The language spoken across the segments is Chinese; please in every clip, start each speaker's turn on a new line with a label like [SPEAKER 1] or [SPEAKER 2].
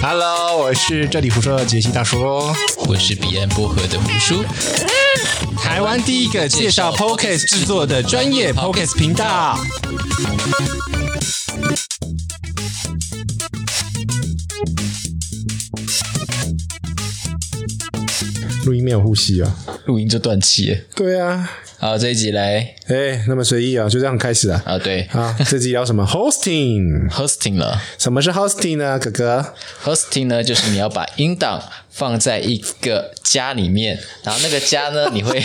[SPEAKER 1] Hello，我是这里胡说的杰西大叔。
[SPEAKER 2] 我是彼岸薄荷的胡叔，
[SPEAKER 1] 台湾第一个介绍 p o c a s t 制作的专业 p o c a s t 频道。录音没有呼吸啊？
[SPEAKER 2] 录音就断气了。
[SPEAKER 1] 对啊，
[SPEAKER 2] 好，这一集来
[SPEAKER 1] 哎、那么随意啊，就这样开始啊。
[SPEAKER 2] 啊，对
[SPEAKER 1] 啊，这集聊什么？Hosting，
[SPEAKER 2] ，hosting 了
[SPEAKER 1] 什么是 Hosting 呢？哥哥，
[SPEAKER 2] ，hosting 呢，就是你要把音档放在一个家里面，然后那个家呢，你 会，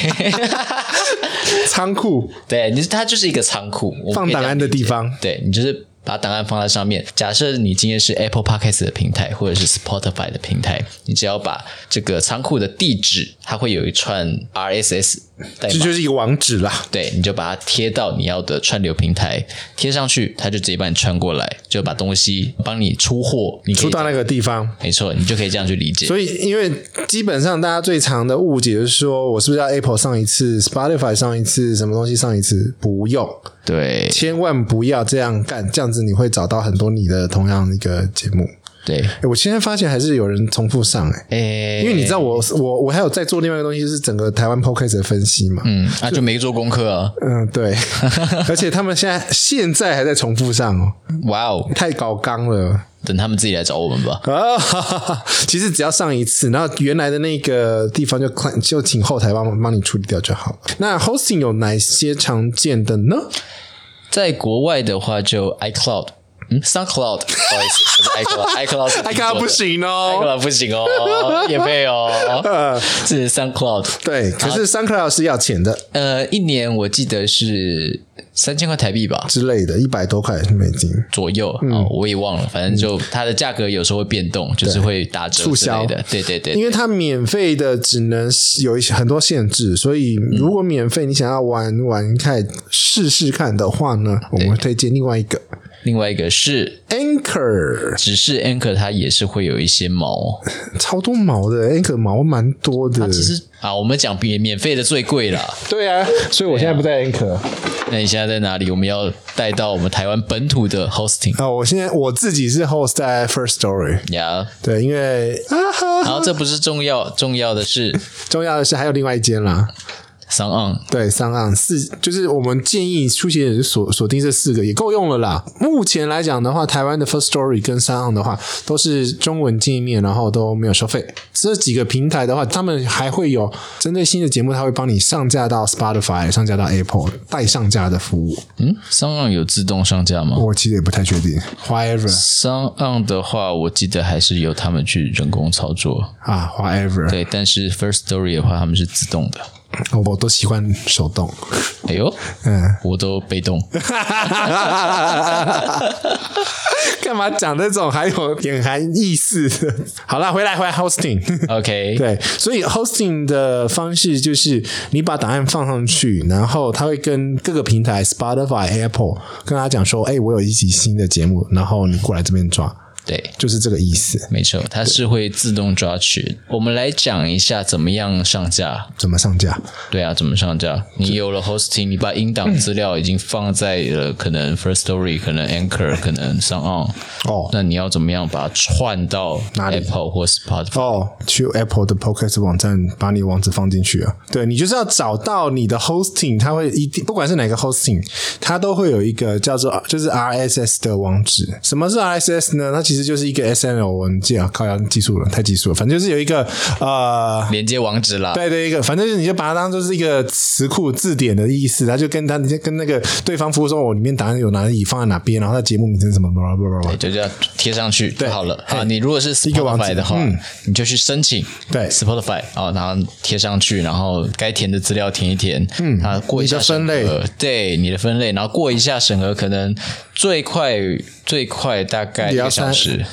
[SPEAKER 1] 仓库
[SPEAKER 2] 对，你它就是一个仓库，我们
[SPEAKER 1] 放
[SPEAKER 2] 可以这样
[SPEAKER 1] 档案的
[SPEAKER 2] 理解
[SPEAKER 1] 地方
[SPEAKER 2] 对你就是。把档案放在上面。假设你今天是 Apple Podcast 的平台，或者是 Spotify 的平台，你只要把这个仓库的地址，它会有一串 RSS 代
[SPEAKER 1] 这
[SPEAKER 2] 码，
[SPEAKER 1] 就是一个网址啦。
[SPEAKER 2] 对，你就把它贴到你要的串流平台，贴上去，它就直接帮你穿过来，就把东西帮你出货，你可
[SPEAKER 1] 出
[SPEAKER 2] 以
[SPEAKER 1] 到那个地方，
[SPEAKER 2] 没错，你就可以这样去理解。
[SPEAKER 1] 所以，因为基本上大家最常的误解就是说，我是不是要 Apple 上一次，Spotify 上一次，什么东西上一次？不用，
[SPEAKER 2] 对
[SPEAKER 1] 千万不要这样干，这样子你会找到很多你的同样的一个节目。
[SPEAKER 2] 对，
[SPEAKER 1] 诶我现在发现还是有人重复上诶、
[SPEAKER 2] 诶，
[SPEAKER 1] 因为你知道我我我还有在做另外一个东西，就是整个台湾 Podcast 的分析嘛。嗯嗯
[SPEAKER 2] 嗯，那、就没做功课啊。
[SPEAKER 1] 对，而且他们现在现在还在重复上哦，
[SPEAKER 2] 哇哦，
[SPEAKER 1] 太搞纲了。
[SPEAKER 2] 等他们自己来找我们吧。
[SPEAKER 1] 啊，哈哈哈其实只要上一次，然后原来的那个地方就 cl- 就请后台帮帮你处理掉就好了。那 hosting 有哪些常见的呢？
[SPEAKER 2] 在国外的话，就 iCloud，嗯，SoundCloud，不好意思，不是 iCloud，iCloud 是
[SPEAKER 1] i c l 不行哦。
[SPEAKER 2] ，iCloud 不哎行哦，也 配
[SPEAKER 1] 嗯
[SPEAKER 2] 哦，是 SoundCloud。
[SPEAKER 1] 对，可是 SoundCloud 是要钱的
[SPEAKER 2] 呃，一年我记得是三千块台币吧。
[SPEAKER 1] 之类的，一百多块美金，
[SPEAKER 2] 左右、
[SPEAKER 1] 嗯
[SPEAKER 2] 哦，我也忘了，反正就它的价格有时候会变动，就是会打折
[SPEAKER 1] 促
[SPEAKER 2] 之类
[SPEAKER 1] 销
[SPEAKER 2] 的。对对对，
[SPEAKER 1] 因为它免费的只能有一些很多限制，所以
[SPEAKER 2] 嗯
[SPEAKER 1] 如果免费你想要玩玩看试试看的话呢，我们会推荐另外一个
[SPEAKER 2] 另外一个是，
[SPEAKER 1] Anchor，
[SPEAKER 2] 只是 Anchor 它也是会有一些毛，
[SPEAKER 1] 超多毛的 Anchor 毛蛮多的。
[SPEAKER 2] 只是啊，我们讲免免费的最贵啦。
[SPEAKER 1] 对啊，所以我现在不在 Anchor。
[SPEAKER 2] 那你现在在哪里？我们要带到我们台湾本土的 hosting
[SPEAKER 1] 啊、我现在我自己是 host 在 First Story，
[SPEAKER 2] 呀。
[SPEAKER 1] 对，因为啊哈，
[SPEAKER 2] 然后这不是重要， 重要的是
[SPEAKER 1] 重要的是还有另外一间啦，
[SPEAKER 2] s o n
[SPEAKER 1] 对，三岸四就是我们建议出席人锁锁定这四个也够用了啦。目前来讲的话，台湾的 First Story 跟三岸的话都是中文界面，然后都没有收费。这几个平台的话，他们还会有针对新的节目，他会帮你上架到 Spotify、上架到 Apple 带上架的服务。
[SPEAKER 2] 嗯 s o n 有自动上架吗
[SPEAKER 1] 我其实也不太确定，However
[SPEAKER 2] s o n 的话，我记得还是由他们去人工操作。
[SPEAKER 1] 啊，However，
[SPEAKER 2] 对，但是 First Story 的话，他们是自动的。
[SPEAKER 1] 我都习惯手动。
[SPEAKER 2] 哎呦，
[SPEAKER 1] 嗯，
[SPEAKER 2] 我都被动。
[SPEAKER 1] 干嘛讲这种还有点含意思的？好啦，回来回来，hosting。
[SPEAKER 2] OK，
[SPEAKER 1] 对，所以 hosting 的方式就是你把档案放上去，然后他会跟各个平台 Spotify、Apple 跟他讲说：“哎、我有一集新的节目，然后你过来这边抓。
[SPEAKER 2] 对”
[SPEAKER 1] 就是这个意思。
[SPEAKER 2] 没错，它是会自动抓取。我们来讲一下怎么样上架。
[SPEAKER 1] 怎么上架？
[SPEAKER 2] 对啊，怎么上架？你有了 hosting，你把音档资料已经放在了可能 First Story、可能 Anchor、可能 s o n On，
[SPEAKER 1] 哦
[SPEAKER 2] 那你要怎么样把它串到
[SPEAKER 1] 哪里
[SPEAKER 2] Apple 或 Spotify？
[SPEAKER 1] 哦，去 Apple 的 Podcast 网站把你网址放进去啊。对你就是要找到你的 hosting，它会一定不管是哪个 hosting，它都会有一个叫做就是 RSS 的网址。什么是 RSS 呢？它其实就是一个 SNL 文件啊，靠，要技术了，太技术了。反正就是有一个呃。
[SPEAKER 2] 连接网址啦。
[SPEAKER 1] 对对，一个反正就是你就把它当做是一个词库字典的意思，它就跟它你就跟那个对方服务说，我里面档案有哪里放在哪边，然后它节目名称是什么，巴拉巴拉巴拉。
[SPEAKER 2] 就这样贴上去就好了
[SPEAKER 1] 嘿
[SPEAKER 2] 啊！你如果是
[SPEAKER 1] 个网址嗯
[SPEAKER 2] Spotify 的话，你就去申请
[SPEAKER 1] 对
[SPEAKER 2] Spotify 啊，然后贴上去，然后该填的资料填一填，嗯啊，过一下
[SPEAKER 1] 你的分类
[SPEAKER 2] 审核，对你的分类，然后过一下审核，可能最快最快大概一
[SPEAKER 1] 也要
[SPEAKER 2] 个小时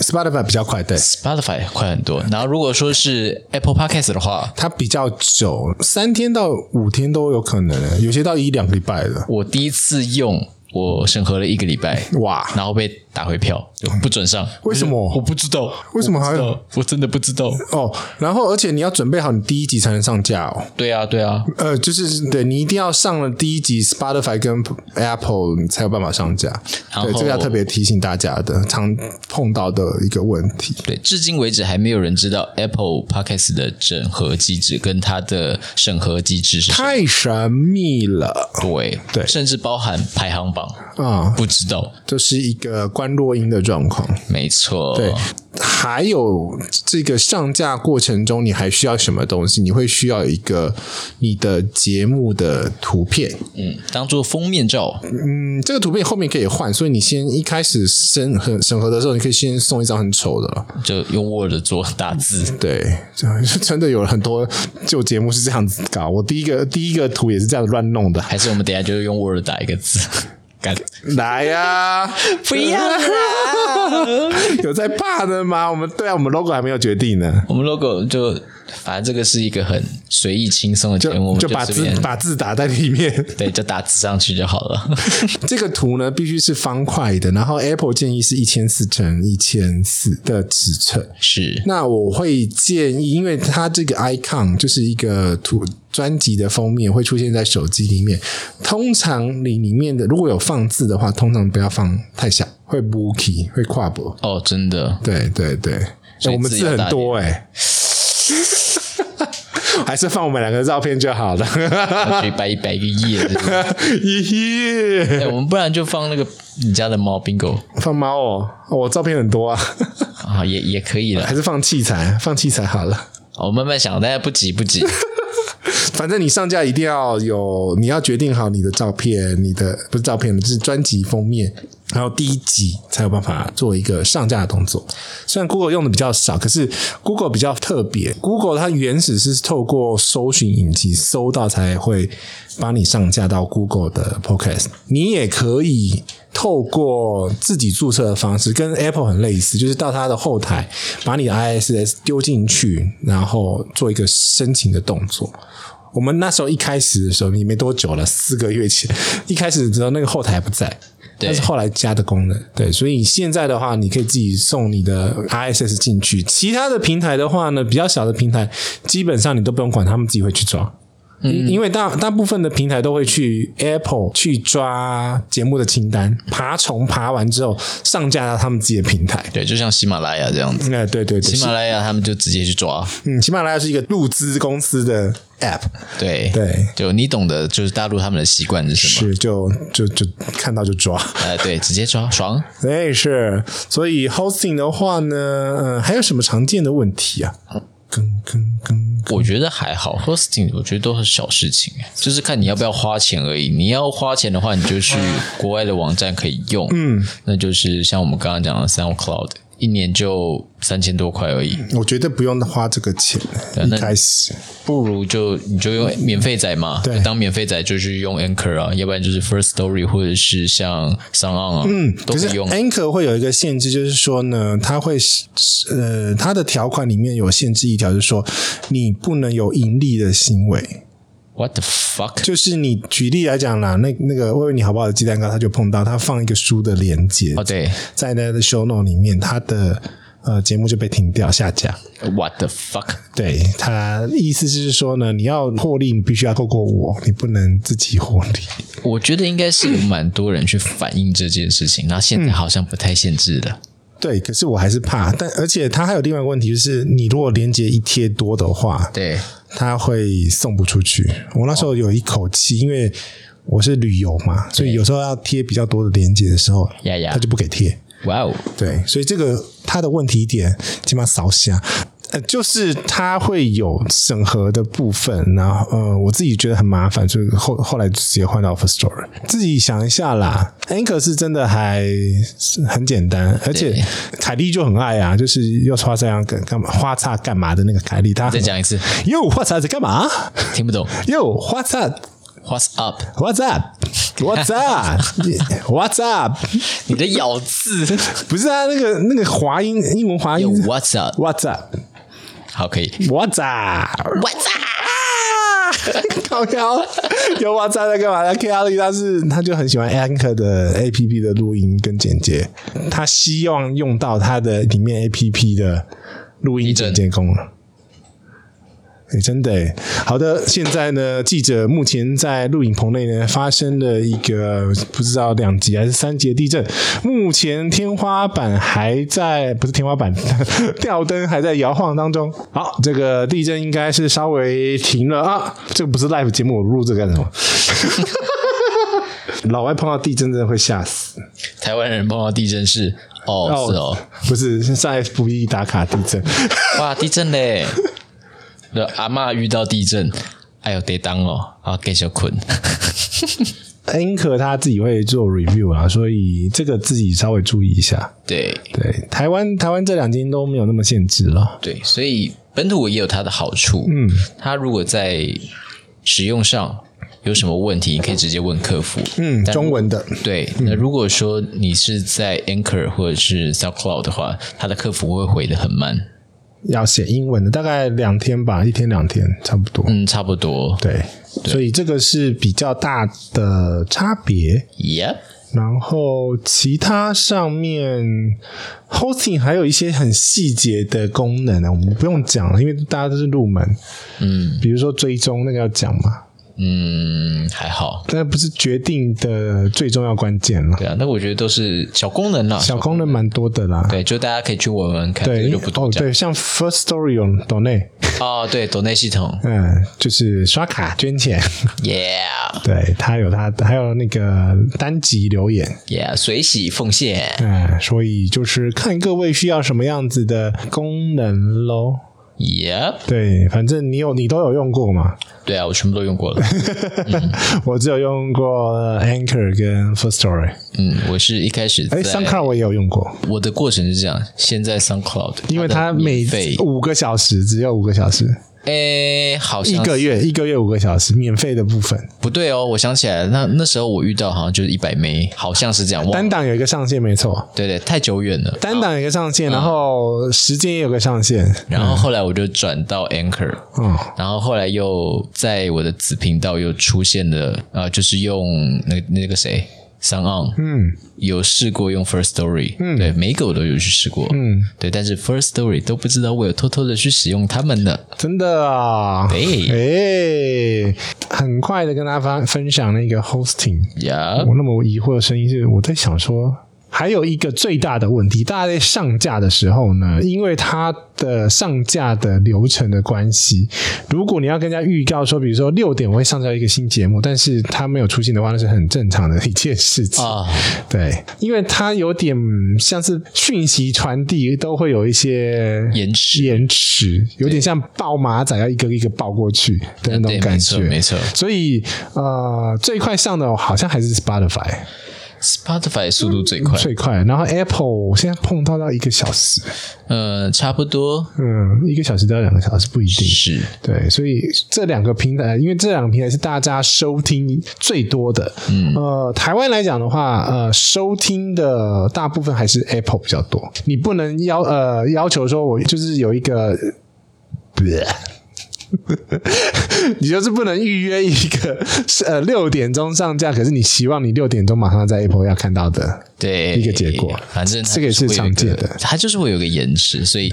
[SPEAKER 1] Spotify 比较快，对。
[SPEAKER 2] ，Spotify 快很多。然后如果说是 Apple Podcast 的话，
[SPEAKER 1] 它比较久，三天到五天都有可能，有些到一两个礼拜的。
[SPEAKER 2] 我第一次用，我审核了一个礼拜，
[SPEAKER 1] 哇，
[SPEAKER 2] 然后被打回票，不准上。
[SPEAKER 1] 嗯为什么
[SPEAKER 2] 我不知道
[SPEAKER 1] 为什么还有
[SPEAKER 2] 我不知道我真的不知道。
[SPEAKER 1] 哦，然后而且你要准备好你第一集才能上架哦。
[SPEAKER 2] 对啊，对啊，
[SPEAKER 1] 呃，就是对你一定要上了第一集 Spotify 跟 Apple 你才有办法上架。
[SPEAKER 2] 然
[SPEAKER 1] 对，这个要
[SPEAKER 2] 后
[SPEAKER 1] 特别提醒大家的，常碰到的一个问题。
[SPEAKER 2] 对，至今为止还没有人知道 Apple Podcast 的整合机制跟它的审核机制是什么。
[SPEAKER 1] 太神秘了
[SPEAKER 2] 对
[SPEAKER 1] 对
[SPEAKER 2] 甚至包含排行榜，
[SPEAKER 1] 啊！
[SPEAKER 2] 不知道。
[SPEAKER 1] 这、是一个关落音的状况。
[SPEAKER 2] 没错，
[SPEAKER 1] 对，还有这个上架过程中，你还需要什么东西？你会需要一个你的节目的图片，
[SPEAKER 2] 嗯，当做封面照，
[SPEAKER 1] 嗯，这个图片后面可以换，所以你先一开始审核审核的时候，你可以先送一张很丑的了。
[SPEAKER 2] 就用 Word 做打字。
[SPEAKER 1] 对，就真的有很多旧节目是这样子搞。我第一个第一个图也是这样乱弄的。
[SPEAKER 2] 还是我们等一下就用 Word 打一个字，干
[SPEAKER 1] 来呀、
[SPEAKER 2] 不要啦！
[SPEAKER 1] 有在怕的吗？我们对啊，我们 logo 还没有决定呢，
[SPEAKER 2] 我们 logo 就反正这个是一个很随意轻松的节目，我们
[SPEAKER 1] 就把
[SPEAKER 2] 随
[SPEAKER 1] 字
[SPEAKER 2] 便
[SPEAKER 1] 把字打在里面。
[SPEAKER 2] 对，就打字上去就好了。
[SPEAKER 1] 这个图呢必须是方块的，然后 Apple 建议是一千四乘一千四的尺寸。
[SPEAKER 2] 是，
[SPEAKER 1] 那我会建议，因为它这个 icon 就是一个图专辑的封面，会出现在手机里面。通常里里面的如果有放字的话，通常不要放太小，会 b o k y 会跨博。
[SPEAKER 2] 哦，真的，
[SPEAKER 1] 对对对，
[SPEAKER 2] 所
[SPEAKER 1] 哎
[SPEAKER 2] 以
[SPEAKER 1] 我们
[SPEAKER 2] 字
[SPEAKER 1] 字
[SPEAKER 2] 要
[SPEAKER 1] 很
[SPEAKER 2] 大
[SPEAKER 1] 多哎、 还是放我们两个照片就好了。
[SPEAKER 2] 要去掰一掰一个页对不对
[SPEAKER 1] 咦、
[SPEAKER 2] 哎我们不然就放那个你家的猫 bingo
[SPEAKER 1] 放猫哦，哦我照片很多啊，
[SPEAKER 2] 啊，也也可以 了。
[SPEAKER 1] 还是放器材，放器材好了。
[SPEAKER 2] 我慢慢想，大家不急不 急。
[SPEAKER 1] 反正你上架一定要有，你要决定好你的照片，你的不是照片，就是专辑封面，然后第一集才有办法做一个上架的动作。虽然 Google 用的比较少，可是 Google 比较特别，Google 它原始是透过搜寻引擎搜到才会帮你上架到 Google 的 Podcast。你也可以透过自己注册的方式，跟 Apple 很类似，就是到它的后台把你的 ISS 丢进去，然后做一个申请的动作。我们那时候一开始的时候，你没多久了，四个月前，一开始的时候那个后台不在，
[SPEAKER 2] 对
[SPEAKER 1] 但是后来加的功能，对，所以现在的话，你可以自己送你的 ISS 进去。其他的平台的话呢，比较小的平台，基本上你都不用管，他们自己会去抓。因因为大大部分的平台都会去 Apple 去抓节目的清单，爬虫爬完之后上架到他们自己的平台。
[SPEAKER 2] 对，就像喜马拉雅这样子，
[SPEAKER 1] 哎、对对对，
[SPEAKER 2] 喜
[SPEAKER 1] 是
[SPEAKER 2] 马拉雅他们就直接去抓。
[SPEAKER 1] 嗯，喜马拉雅是一个入资公司的 App，
[SPEAKER 2] 对
[SPEAKER 1] 对，
[SPEAKER 2] 就你懂得，就是大陆他们的习惯是什么？
[SPEAKER 1] 是就就就看到就抓。
[SPEAKER 2] 哎、对，直接抓，爽。
[SPEAKER 1] 哎，是，所以 hosting 的话呢，呃，还有什么常见的问题啊？跟跟跟，
[SPEAKER 2] 我觉得还好，hosting 我觉得都是小事情，哎就是看你要不要花钱而已。你要花钱的话，你就去国外的网站可以用，嗯，那就是像我们刚刚讲的 SoundCloud，一年就三千多块而已，
[SPEAKER 1] 我觉得不用花这个钱，
[SPEAKER 2] 那
[SPEAKER 1] 一开始
[SPEAKER 2] 不如就你就用免费仔嘛，
[SPEAKER 1] 对
[SPEAKER 2] 就当免费仔就去用 Anchor 啊，要不然就是 First Story 或者是像 s o n On 啊，嗯，都
[SPEAKER 1] 可
[SPEAKER 2] 可
[SPEAKER 1] 是哎
[SPEAKER 2] 以用。
[SPEAKER 1] Anchor 会有一个限制，就是说呢，它会是呃，它的条款里面有限制一条，就是说你不能有盈利的行为。
[SPEAKER 2] What the fuck？
[SPEAKER 1] 就是你举例来讲啦，那那个为你好不好的鸡蛋糕，他就碰到他放一个书的链接
[SPEAKER 2] 哦，对
[SPEAKER 1] 在那个 show note 里面，他的呃节目就被停掉下架。
[SPEAKER 2] ，What the fuck？
[SPEAKER 1] 对他意思就是说呢，你要获利，你必须要透过我，你不能自己获利。
[SPEAKER 2] 我觉得应该是有蛮多人去反映这件事情，然后现在好像不太限制了。
[SPEAKER 1] 对，可是我还是怕，但而且他还有另外一个问题，就是你如果连接一贴多的话，
[SPEAKER 2] 对，
[SPEAKER 1] 他会送不出去。我那时候有一口气，因为我是旅游嘛，所以有时候要贴比较多的连接的时候，
[SPEAKER 2] 呀呀
[SPEAKER 1] 他就不给贴。
[SPEAKER 2] 哇哦！
[SPEAKER 1] 对，所以这个它的问题点起码扫下。呃，就是它会有审核的部分，然后呃，我自己觉得很麻烦，所以后后来就直接换到 First Story。自己想一下啦，Anchor 是真的还是很简单，而且
[SPEAKER 2] 对
[SPEAKER 1] 凯莉就很爱啊，就是又花这样干干嘛花叉干嘛的那个凯莉，她
[SPEAKER 2] 再讲一次，
[SPEAKER 1] 又花叉在干嘛？
[SPEAKER 2] 听不懂。
[SPEAKER 1] 又花叉
[SPEAKER 2] What's up？
[SPEAKER 1] What's up？What's up？What's up？
[SPEAKER 2] 你的咬字
[SPEAKER 1] 不是啊，那个那个滑音，英文滑音
[SPEAKER 2] 有 What's up？
[SPEAKER 1] What's up?
[SPEAKER 2] 好，可以。
[SPEAKER 1] What's up? 啊
[SPEAKER 2] What's up？
[SPEAKER 1] 靠腰有哇塞在干嘛？他 K R 他是他就很喜欢 Anchor 的 A P P 的录音跟剪接，他希望用到他的里面 A P P 的录音剪接功能。哎，真的诶好的，现在呢，记者目前在录影棚内呢发生了一个不知道两级还是三级的地震，目前天花板还在，不是天花板， 吊灯还在摇晃当中。好，这个地震应该是稍微停了啊，这个不是 live 节目，我录这个干什么？ 老外碰到地震真的会吓死
[SPEAKER 2] 台湾人碰到地震是哦，是哦，，
[SPEAKER 1] 不是是上 FB 打卡地震，
[SPEAKER 2] 哇，地震嘞！那阿嬷遇到地震，哎呦，得当哦，啊，继续困。
[SPEAKER 1] Anchor 他自己会做 review 啊，所以这个自己稍微注意一下。
[SPEAKER 2] 对
[SPEAKER 1] 对，台湾台湾这两间都没有那么限制了。
[SPEAKER 2] 对，所以本土也有它的好处。嗯，它如果在使用上有什么问题，你可以直接问客服。
[SPEAKER 1] 嗯，中文的
[SPEAKER 2] 对，那如果说你是在 Anchor 或者是 SoundCloud 的话，它的客服会回的很慢。
[SPEAKER 1] 要写英文的，大概两天吧，一天两天差不多。
[SPEAKER 2] 嗯，差不多。
[SPEAKER 1] 对，所以这个是比较大的差别。
[SPEAKER 2] Yep，
[SPEAKER 1] 然后其他上面 hosting 还有一些很细节的功能啊呢，我们不用讲了，因为大家都是入门。嗯，比如说追踪那个要讲嘛，
[SPEAKER 2] 嗯，还好。
[SPEAKER 1] 但不是决定的最重要关键了。
[SPEAKER 2] 对啊，那我觉得都是小功能啦。
[SPEAKER 1] 小功能蛮多的啦。
[SPEAKER 2] 对，就大家可以去玩玩看，这
[SPEAKER 1] 对，
[SPEAKER 2] 个就不多
[SPEAKER 1] 哦，
[SPEAKER 2] 讲。
[SPEAKER 1] 对，像 First Story 有 Donate，
[SPEAKER 2] 哦，对，抖内系统
[SPEAKER 1] 嗯，就是刷卡捐 钱，
[SPEAKER 2] ，Yeah
[SPEAKER 1] 对他有他还有那个单集留言，
[SPEAKER 2] Yeah，随喜奉献
[SPEAKER 1] 嗯，所以就是看各位需要什么样子的功能喽。
[SPEAKER 2] ，Yep，
[SPEAKER 1] 对，反正你有你都有用过嘛，
[SPEAKER 2] 对啊，我全部都用过了。
[SPEAKER 1] 我只有用过呃 Anchor 跟 First Story，
[SPEAKER 2] 嗯，我是一开始
[SPEAKER 1] 哎
[SPEAKER 2] 在
[SPEAKER 1] ，SoundCloud 我也有用过，
[SPEAKER 2] 我的过程是这样，先在 SoundCloud，
[SPEAKER 1] 因为它
[SPEAKER 2] 它的
[SPEAKER 1] 每
[SPEAKER 2] 免费，
[SPEAKER 1] 五个小时只有五个小时，
[SPEAKER 2] 诶，好
[SPEAKER 1] 一
[SPEAKER 2] 像
[SPEAKER 1] 个月一个月五个小时免费的部分，
[SPEAKER 2] 不对哦，我想起来了，那那时候我遇到好像就是一百枚，好像是这样，忘
[SPEAKER 1] 单
[SPEAKER 2] 了，
[SPEAKER 1] 档有一个上限没错，
[SPEAKER 2] 对对，太久远了。
[SPEAKER 1] 单档有一个上限，然后时间也有个上限，
[SPEAKER 2] 然后后来我就转到 Anchor，
[SPEAKER 1] 嗯，
[SPEAKER 2] 然后后来又在我的子频道又出现了，呃，就是用那那个谁。Sun On，嗯，有试过用 First Story，嗯，对，每一个我都有去试过，嗯，对，但是 First Story 都不知道我有偷偷的去使用它们呢。
[SPEAKER 1] 真的啊，哎、很快的跟大家分分享那个 hosting。
[SPEAKER 2] 呀、
[SPEAKER 1] 我那么疑惑的声音是，我在想说，还有一个最大的问题，大家在上架的时候呢，因为它的上架的流程的关系，如果你要跟人家预告说，比如说六点我会上架一个新节目，但是它没有出现的话，那是很正常的一件事情。
[SPEAKER 2] 啊，
[SPEAKER 1] 对，因为它有点像是讯息传递都会有一些
[SPEAKER 2] 延迟
[SPEAKER 1] 延迟，有点像抱马仔要一个一个抱过去的那种
[SPEAKER 2] 对
[SPEAKER 1] 感
[SPEAKER 2] 没错
[SPEAKER 1] 觉，
[SPEAKER 2] 没错
[SPEAKER 1] 所以呃，最快上的好像还是 Spotify
[SPEAKER 2] Spotify 速度最快，
[SPEAKER 1] 最快，然后 Apple 现在碰到到一个小时，
[SPEAKER 2] 呃，差不多
[SPEAKER 1] 嗯，一个小时到两个小时不一定。
[SPEAKER 2] 是
[SPEAKER 1] 对，所以这两个平台，因为这两个平台是大家收听最多的。嗯，呃，台湾来讲的话，呃，收听的大部分还是 Apple 比较多。你不能要呃要求说我就是有一个， 你就是不能预约一个是呃六点钟上架，可是你希望你六点钟马上在 Apple 要看到的。
[SPEAKER 2] 对
[SPEAKER 1] 一个结果
[SPEAKER 2] 反正它
[SPEAKER 1] 这个也是
[SPEAKER 2] 就是会有一
[SPEAKER 1] 常见的
[SPEAKER 2] 它就是会有个延迟，所以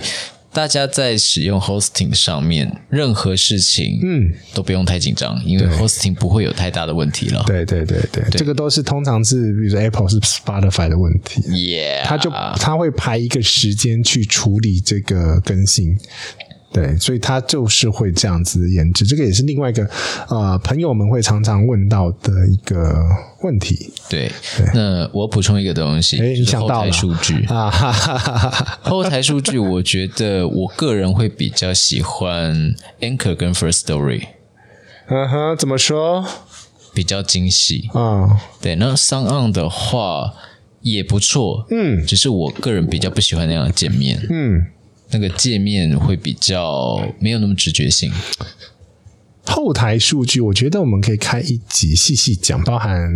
[SPEAKER 2] 大家在使用 hosting 上面任何事情，嗯，都不用太紧张，因为 hosting 不会有太大的问题了。
[SPEAKER 1] 对对对对，这个都是通常是比如说 Apple 是 Spotify 的问题。
[SPEAKER 2] 耶，
[SPEAKER 1] 他就他会排一个时间去处理这个更新。对，所以他就是会这样子研制，这个也是另外一个呃，朋友们会常常问到的一个问题
[SPEAKER 2] 对。那我补充一个东西，
[SPEAKER 1] 诶哎
[SPEAKER 2] 就是
[SPEAKER 1] 你想到
[SPEAKER 2] 后台
[SPEAKER 1] 了
[SPEAKER 2] 数 据，
[SPEAKER 1] 啊，哈哈哈哈
[SPEAKER 2] 后台数据，我觉得我个人会比较喜欢 Anchor 跟 First Story，
[SPEAKER 1] 嗯哼，怎么说
[SPEAKER 2] 比较精细。
[SPEAKER 1] 啊？
[SPEAKER 2] 对，那 s o n On 的话也不错，嗯，只是我个人比较不喜欢那样的界面，
[SPEAKER 1] 嗯，
[SPEAKER 2] 那个界面会比较没有那么直觉性。
[SPEAKER 1] 后台数据，我觉得我们可以开一集细细讲，包含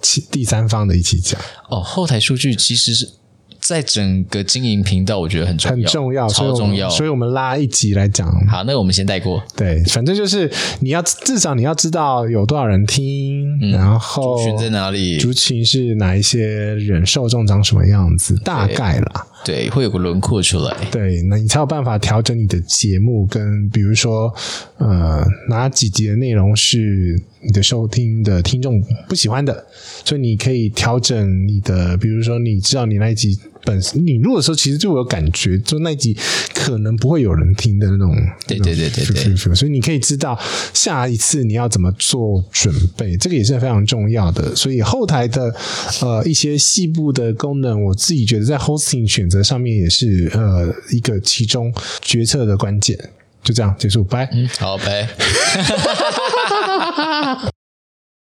[SPEAKER 1] 其第三方的一起讲。
[SPEAKER 2] 哦，后台数据其实是在整个经营频道，我觉得很重要，
[SPEAKER 1] 很重要，所以
[SPEAKER 2] 超
[SPEAKER 1] 我们
[SPEAKER 2] 重要。
[SPEAKER 1] 所以我们拉一集来讲。
[SPEAKER 2] 好，那个我们先带过。
[SPEAKER 1] 对，反正就是你要至少你要知道有多少人听，然后
[SPEAKER 2] 嗯群在哪里？
[SPEAKER 1] 族群是哪一些人，受众长什么样子，大概啦。
[SPEAKER 2] 对，会有个轮廓出来。
[SPEAKER 1] 对，那你才有办法调整你的节目，跟比如说，呃，哪几集的内容是你的收听的听众不喜欢的，所以你可以调整你的，比如说，你知道你那一集本身你录的时候，其实就有感觉，就那一集可能不会有人听的那种，
[SPEAKER 2] 对
[SPEAKER 1] 那种
[SPEAKER 2] 对对对对
[SPEAKER 1] feel- feel- feel，所以你可以知道下一次你要怎么做准备，这个也是非常重要的。所以后台的呃一些细部的功能，我自己觉得在 hosting 选择上面也是呃一个其中决策
[SPEAKER 2] 嗯
[SPEAKER 1] 的关键。就这样结束，拜。
[SPEAKER 2] 嗯，好，拜。